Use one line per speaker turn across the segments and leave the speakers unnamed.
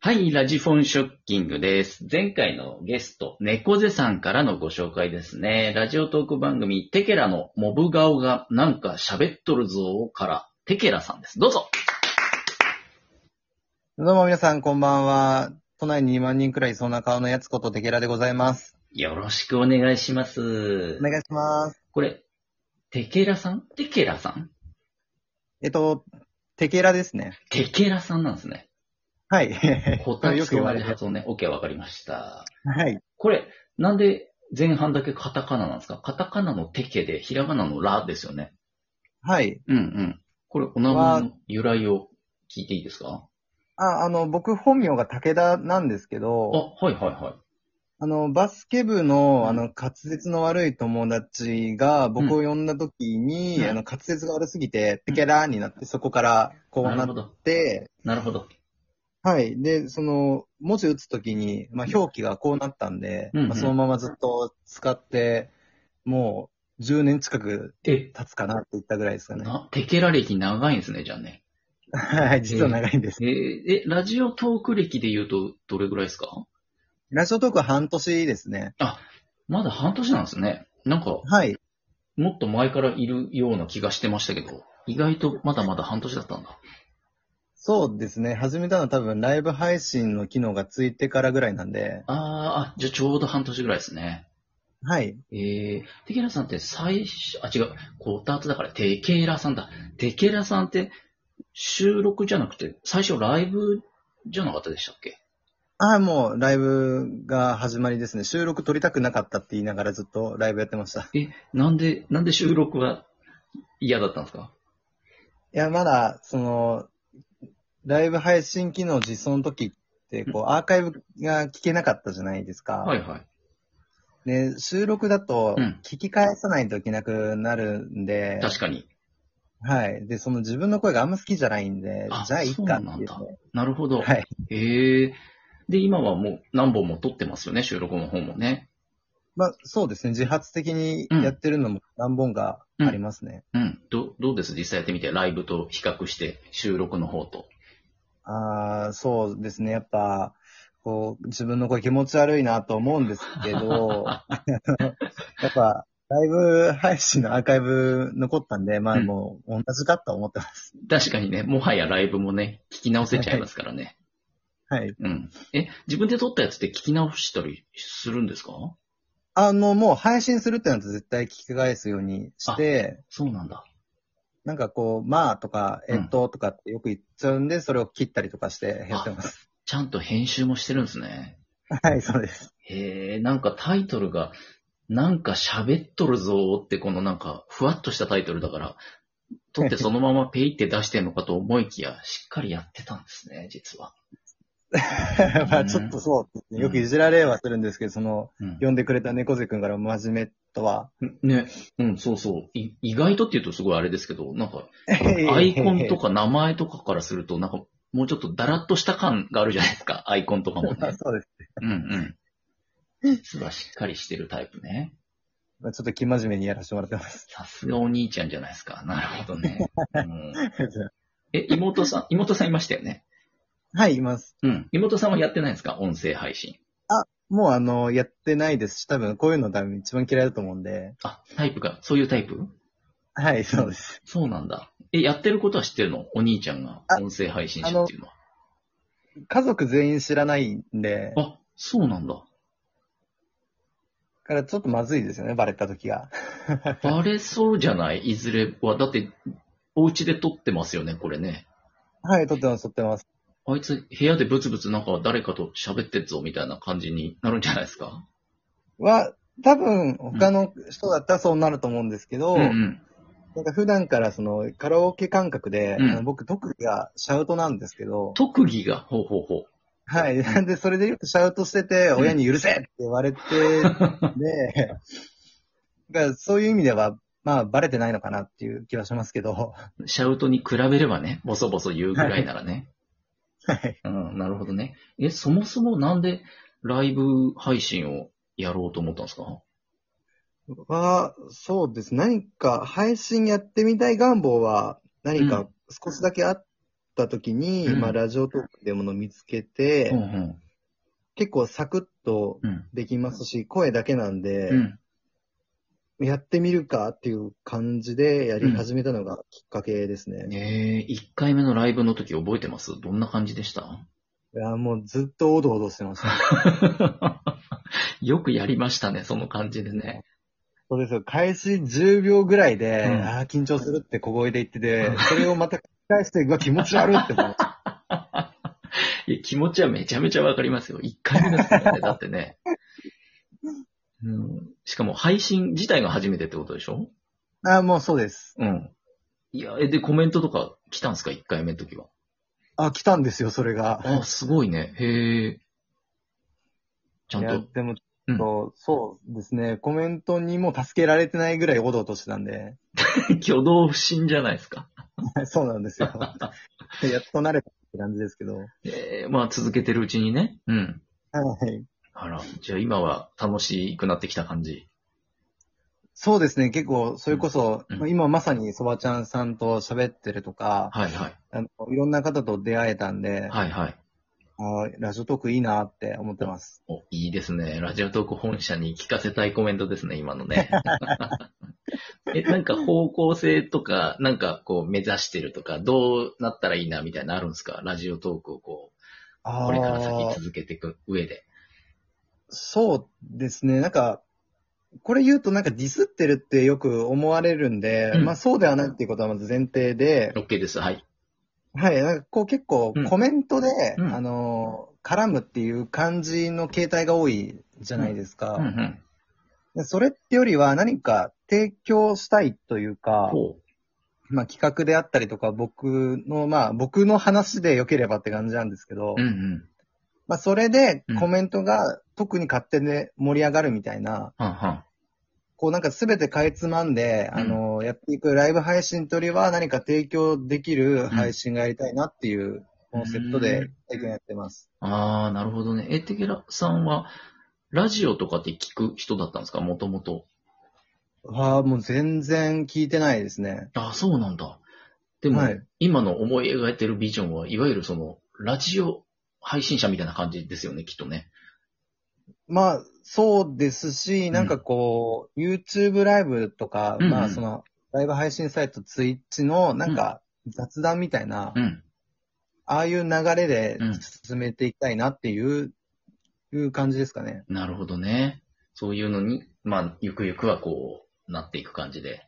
はい、ラジフォンショッキングです。前回のゲスト、猫背さんからのご紹介ですね。ラジオトーク番組、テケラのモブ顔がなんか喋っとるぞから、テケラさんです。どうぞ
どうも皆さん、こんばんは。都内に2万人くらいいそうな顔のやつことテケラでございます。
よろしくお願いします
お。願いします。
これ、テケラさんテケラさん
えっと、テケラですね。
テケラさんなんですね。
はい。
こた
よ
つ
く言
とあ
われ
れ
る。
発音ね。OK、わかりました。
はい。
これ、なんで前半だけカタカナなんですかカタカナのテケで、ひらがなのラですよね。
はい。
うんうん。これ、お名前の由来を聞いていいですか
あ、あの、僕本名が武田なんですけ
あ、
ど、
はいはいはい。
あの、バスケ部の、あの、滑舌の悪い友達が僕を呼んだ時に、
うん
あの、滑舌が悪すぎて、テケラになって、そこからこう
な
な
るほ
っ
ど。
て、
なるほど。
はい。で、その、文字打つときに、まあ、表記がこうなったんで、
うんうん
まあ、そのままずっと使って、もう10年近く
え、
経つかなって言ったぐらいですかね。
あ、テケラ歴長いんですね、じゃあね。
はい、実は長いんです。
えーえ、ラジオトーク歴で言うと、どれぐらいですか
ラジオトークは半年ですね。
まだ半年なんですね。なんか、
はい。
もっと前からいるような気がしてましたけど、意外とまだまだ半年だったんだ。
そうですね。始めたのは多分ライブ配信の機能がついてからぐらいなんで、
あーあ、じゃあちょうど半年ぐらいですね。
はい。
えー、テケラさんって最初、あ、違う、こたつだから、テケラさんだ。テケラさんって、収録じゃなくて、最初ライブじゃなかったでしたっけ
ああ、もうライブが始まりですね。収録撮りたくなかったって言いながらずっとライブやってました。
え、なんで、なんで収録は嫌だったんですか
いや、まだ、その、ライブ配信機能実装の時って、こう、アーカイブが聞けなかったじゃないですか。
はいはい。
で、収録だと
うん、
聞き返さないといけなくなるんで、
確かに。
はい。で、その自分の声があんま好きじゃないんで
あ、
じゃあいいかっていう
そう
ね。
なるほど。
はい。
ええで、今はもう何本も撮ってますよね、収録の方もね。
まあ、そうですね。自発的にやってるのも何本がありますね。
うん。ど、どうです実際やってみて、ライブと比較して、収録の方と。
ああ、そうですね。やっぱ、こう、自分の声気持ち悪いなと思うんですけど、 やっぱ、ライブ配信のアーカイブ残ったんで、まあ
うん
もう同じかと思ってます。
確かにね、もはやライブもね、聞き直せちゃいますからね。
はい。
うん。え、自分で撮ったやつって聞き直したりするんですか
あの、もう配信するってなると絶対聞き返すようにして、
そうなんだ。
なんかこう、まあとか、えっととかってよく言っちゃうんで、それを切ったりとかしてやってます。
ちゃんと編集もしてるんですね。
はい、そうです。
へえ、なんかタイトルが、なんか喋っとるぞーって、このなんか、ふわっとしたタイトルだから、撮ってそのままペイって出してんのかと思いきや、しっかりやってたんですね、実は。
まあちょっとそうですね、よくいじられはするんですけど、その、
うん
呼んでくれた猫背くんから真面目とは、
ね、うん、そうそう。い意外とって言うとすごいあれですけど、なんか、アイコンとか名前とかからすると、なんか、もうちょっとダラッとした感があるじゃないですか、アイコンとかも
まあ
ね。
そうです。
うんうん。実はしっかりしてるタイプね。
まあ、ちょっと気真面目にやらせてもらってます。
さすがお兄ちゃんじゃないですか。なるほど ね。うんえ、妹さん、妹さんいましたよね。
はい、います。
うん。妹さんはやってないんですか音声配信。
もうあの、やってないですし、多分こういうの多分一番嫌いだと思うんで。
あ、タイプか。そういうタイプ
はい、そうです。
そうなんだ。え、やってることは知ってるのお兄ちゃんが音声配信者っていうのは。
家族全員知らないんで、だ
あそうなんだ。
からちょっとまずいですよね、バレた時が。
バレそうじゃないいずれは。だって、お家で撮ってますよね、これね。
はい、撮ってます、撮ってます。
あいつ、部屋でブツブツなんか誰かと喋ってっぞ、みたいな感じになるんじゃないですか
は、多分他の人だったらそうなると思うんですけど、
うんうん。
なんか普段からそのカラオケ感覚で、
うん
あの僕特技がシャウトなんですけど、
特技が、ほうほうほう。
はい。なんで、それでよくシャウトしてて、
ん
親に許せって言われ て、で、だからそういう意味では、まあ、バレてないのかなっていう気はしますけど、
シャウトに比べればね、ボソボソ言うぐらいならね。
はい。
うん、なるほどね。え、そもそもなんでライブ配信をやろうと思ったんですか
は、そうです。何か、配信やってみたい願望は、何か少しだけあっった時に、
うん
まあ、ラジオトークっていうものを見つけて、
うんうん
結構サクッと
うん
できますし、声だけなんで、
うん
やってみるかっていう感じでやり始めたのがきっかけですね。い
えー、1回目のライブの時覚えてますどんな感じで した
や、もうずっとおどおどしてました。
よくやりましたね、その感じでね。
そうですよ。開始10秒ぐらいで、
うん
ああ、緊張するって小声で言ってて、それをまた繰り返して、うわ、気持ち悪いって思う。
いや気持ちはめちゃめちゃわかりますよ。1回目ですからね、だって ね。うん、しかも配信自体が初めてってことでしょ
ああ、もうそうです。
うん。いや、え、で、コメントとか来たんですか ?1 回目の時は。
あ、来たんですよ、それが。
あ、すごいね。へえ。ちゃ
い
ん
や、
と。
でも、ちょっと、そうですね、コメントにも助けられてないぐらいおどおどしてたんで、
挙動不審じゃないですか。
そうなん ですよ。やっと慣れたって感じですけど。
えー、まあ続けてるうちにね。うん。
はい。
あら、じゃあ今は楽しくなってきた感じ。
そうですね、結構、それこそ、
うん
まあ今まさにそばちゃんさんと喋ってるとか、
はいはい。
あのいろんな方と出会えたんで、
はいはい。
あーラジオトークいいなって思ってます。
お、いいですね。ラジオトーク本社に聞かせたいコメントですね、今のね。 え、なんか方向性とか、なんかこう目指してるとか、どうなったらいいなみたいなのあるんですかラジオトークをこう、
あ
これから先
ー
続けていく上で。
そうですね、なんか、これ言うとなんかディスってるってよく思われるんで、
うん
まあそうではないっていうことはまず前提で、
OK です。はい。
はい、なんかこう結構
うん
コメントで、
うん
あのー、絡むっていう感じの形態が多いじゃないですか。
うんうん。
でそれってよりは何か提供したいというか、
ほ
まあ企画であったりとか、僕の、まあ僕の話で良ければって感じなんですけど、
う。うんうん。
まあそれで
うん
コメントが特に勝手で盛り上がるみたいな、
はんはん。
こうなんかすべてかいつまんで、
うん
あのー、やっていくライブ配信とよりは何か提供できる配信がやりたいなっていうコンセプトで最近やってます。
ああ、なるほどね。え、テケラさんは、ラジオとかって聞く人だったんですかもともと。
は、もう全然聞いてないですね。
ああ、そうなんだ。でも、
はい
今の思い描いてるビジョンは、いわゆるその、ラジオ配信者みたいな感じですよね、きっとね。
まあ、そうですし、なんかこう、YouTube ライブとか、
うんうん
まあその、ライブ配信サイト Twitch の、なんか、雑談みたいな、
うん。
ああいう流れで
うん
進めていきたいなっていう、いう感じですかね。
なるほどね。そういうのに、まあ、ゆくゆくはこう、なっていく感じで。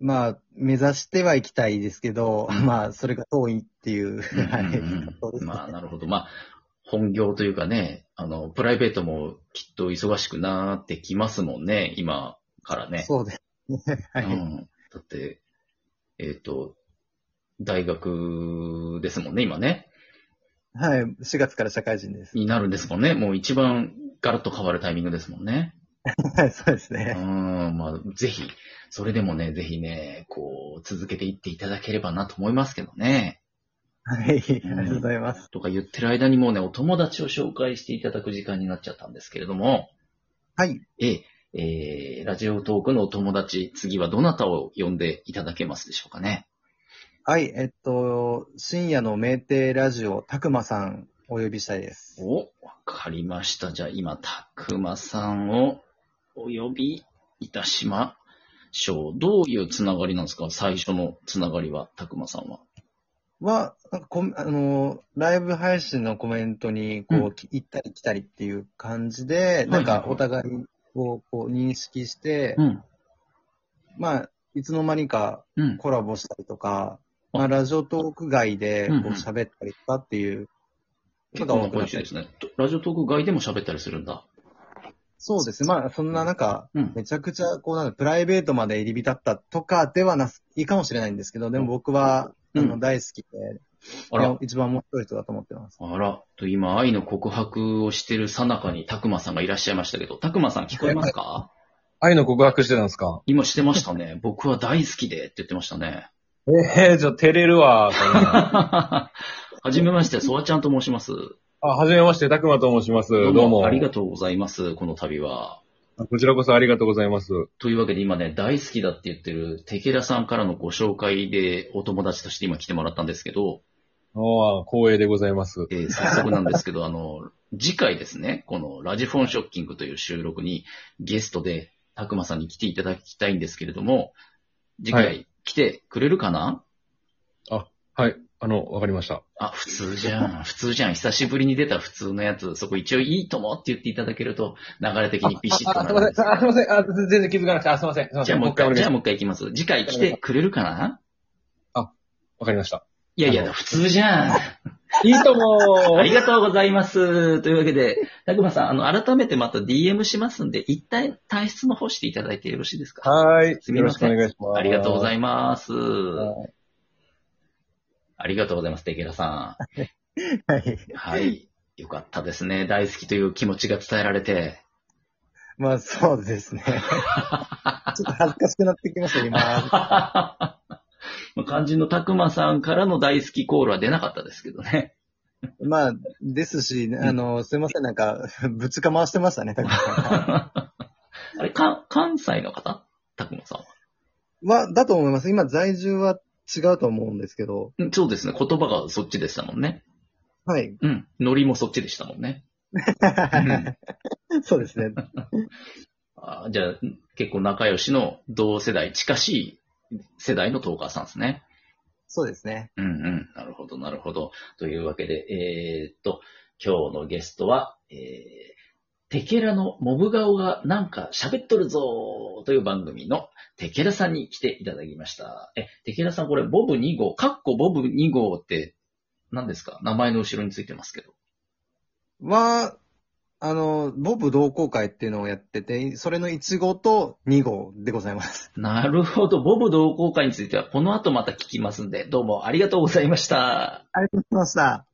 まあ、目指してはいきたいですけど、
うん
まあ、それが遠いっていう、はい、
うんうん
そう
うん
ですね。
まあ、なるほど。まあ、本業というかね、あの、プライベートもきっと忙しくなってきますもんね、今からね。
そうですね。はい。
うん。だって、えっ、と、大学ですもんね、今ね。
はい。4月から社会人です。
になるんですもんね。もう一番ガラッと変わるタイミングですもんね。
はい、そうです
う
ね。
ん。まあ、ぜひ、それでもね、ぜひね、こう、続けていっていただければなと思いますけどね。
はい。ありがとうございます。
とか言ってる間にもうね、お友達を紹介していただく時間になっちゃったんですけれども、
はい。
えー、えーラジオトークのお友達、次はどなたを呼んでいただけますでしょうかね。
はい、えっと、深夜の名亭ラジオ、たくまさん、お呼びしたいです。
お、わかりました。じゃあ今、たくまさんをお呼びいたしましょう。どういうつながりなんですか最初のつながりは、たくまさんは。
は、なんかこんあの、ライブ配信のコメントに、こう、
うん
き行ったり来たりっていう感じ
は
で、ないんかお互いをこう認識して、
うん。
まあ、いつの間にか
うん。
コラボしたりとか、
あ
まあ、ラジオトーク外で、こ
うんうん
う、喋ったりとかっていう、
結構な声ですね。とラジオトーク外でも喋ったりするんだ。
そうですね。まあ、そんな中、
うん。
めちゃくちゃ、こうなんだプライベートまで入り浸ったとかではないかもしれないんですけど、でも僕は、あ
う
の、
ん
大好きで、
あ
いや
ら、
一番面白い人だと思ってます。
あら、と今、愛の告白をしてるさなかに、たくまさんがいらっしゃいましたけど、たくまさん聞こえますか
愛の告白してたんですか
今してましたね。 僕は大好きでって言ってましたね。
ええじゃあ照れるわ。そん な
はじめまして、ソワちゃんと申します。
あ、はじめまして、たくまと申します。どうも。
ありがとうございます、この度は。
こちらこそありがとうございます。
というわけで今ね、大好きだって言ってるテケラさんからのご紹介でお友達として今来てもらったんですけど、
おー光栄でございます。
えー早速なんですけど、あの、次回ですね、このラジフォンショッキングという収録にゲストでたくまさんに来ていただきたいんですけれども、次
は
回来てくれるかな、
はい。あの、わかりました。
あ、普通じゃん。普通じゃん。久しぶりに出た普通のやつ、そこ一応いいともって言っていただけると、流れ的にビシッとなる。
ん。あ、すいません。あ、全然気づかなくて。あ、すいません。すいま
じゃあもう一回、じゃあ
わ
もう一回いきます。次回来てくれるかな
かりました。
いやい
あ
や、
の
普通じゃん。
いいとも
ありがとうございます。というわけで、たくまさん、あの、改めてまた DM しますんで、一旦体質の方していただいてよろしいですか
はい。
すみ
よろ
ま
し
せ
く
ん
お願いします。
ありがとうござ
い
います。
は
ありがとうございます、テケラさ
はい。
ん。はい。よかったですね。大好きという気持ちが伝えられ て。
まあ、そうです ね。ちょっと恥ずかしくなってきました、今。
まあ肝心のたくまさんからの大好きコールは出なかったですけどね。
まあ、ですし、あの、すいません、なんか、ぶちか回してましたね、たくさん
あれ、か関西の方たくまさんは。
は、だと思います。今、在住は違うと思うんですけど。
うんそうですね。言葉がそっちでしたもんね。
はい。
うん。ノリもそっちでしたもんね。
そうですね。
あーじゃあ、結構仲良しの同世代、近しい世代のトーカーさんですね。
そうですね。
うんうん。なるほど、なるほど。というわけで、えーっと、今日のゲストは、えー、テケラのモブ顔がなんか喋っとるぞーという番組のテケラさんに来ていただきました。え、テケラさんこれボブ2号、カッコボブ2号って何ですか名前の後ろについてますけど。
は、あの、ボブ同好会っていうのをやってて、それの1号と2号でございます。
なるほど。ボブ同好会についてはこの後また聞きますんで、どうもありがとうございました。
ありがとうございました。